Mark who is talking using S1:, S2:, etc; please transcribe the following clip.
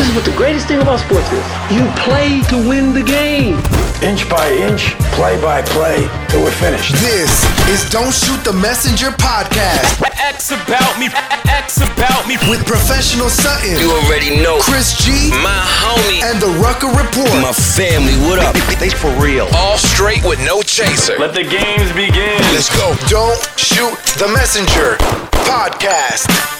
S1: is what the greatest thing about sports is. You play to win the game.
S2: Inch by inch, play by play, till we're finished.
S3: This is Don't Shoot the Messenger podcast
S4: X about me. X about me.
S3: with professional Sutton,
S5: You already know
S3: Chris G,
S5: my homie
S3: and the Rucker Report.
S5: my family. What up? They for real.
S3: All straight with no chaser.
S4: Let the games begin.
S3: Let's go. Don't shoot the messenger podcast.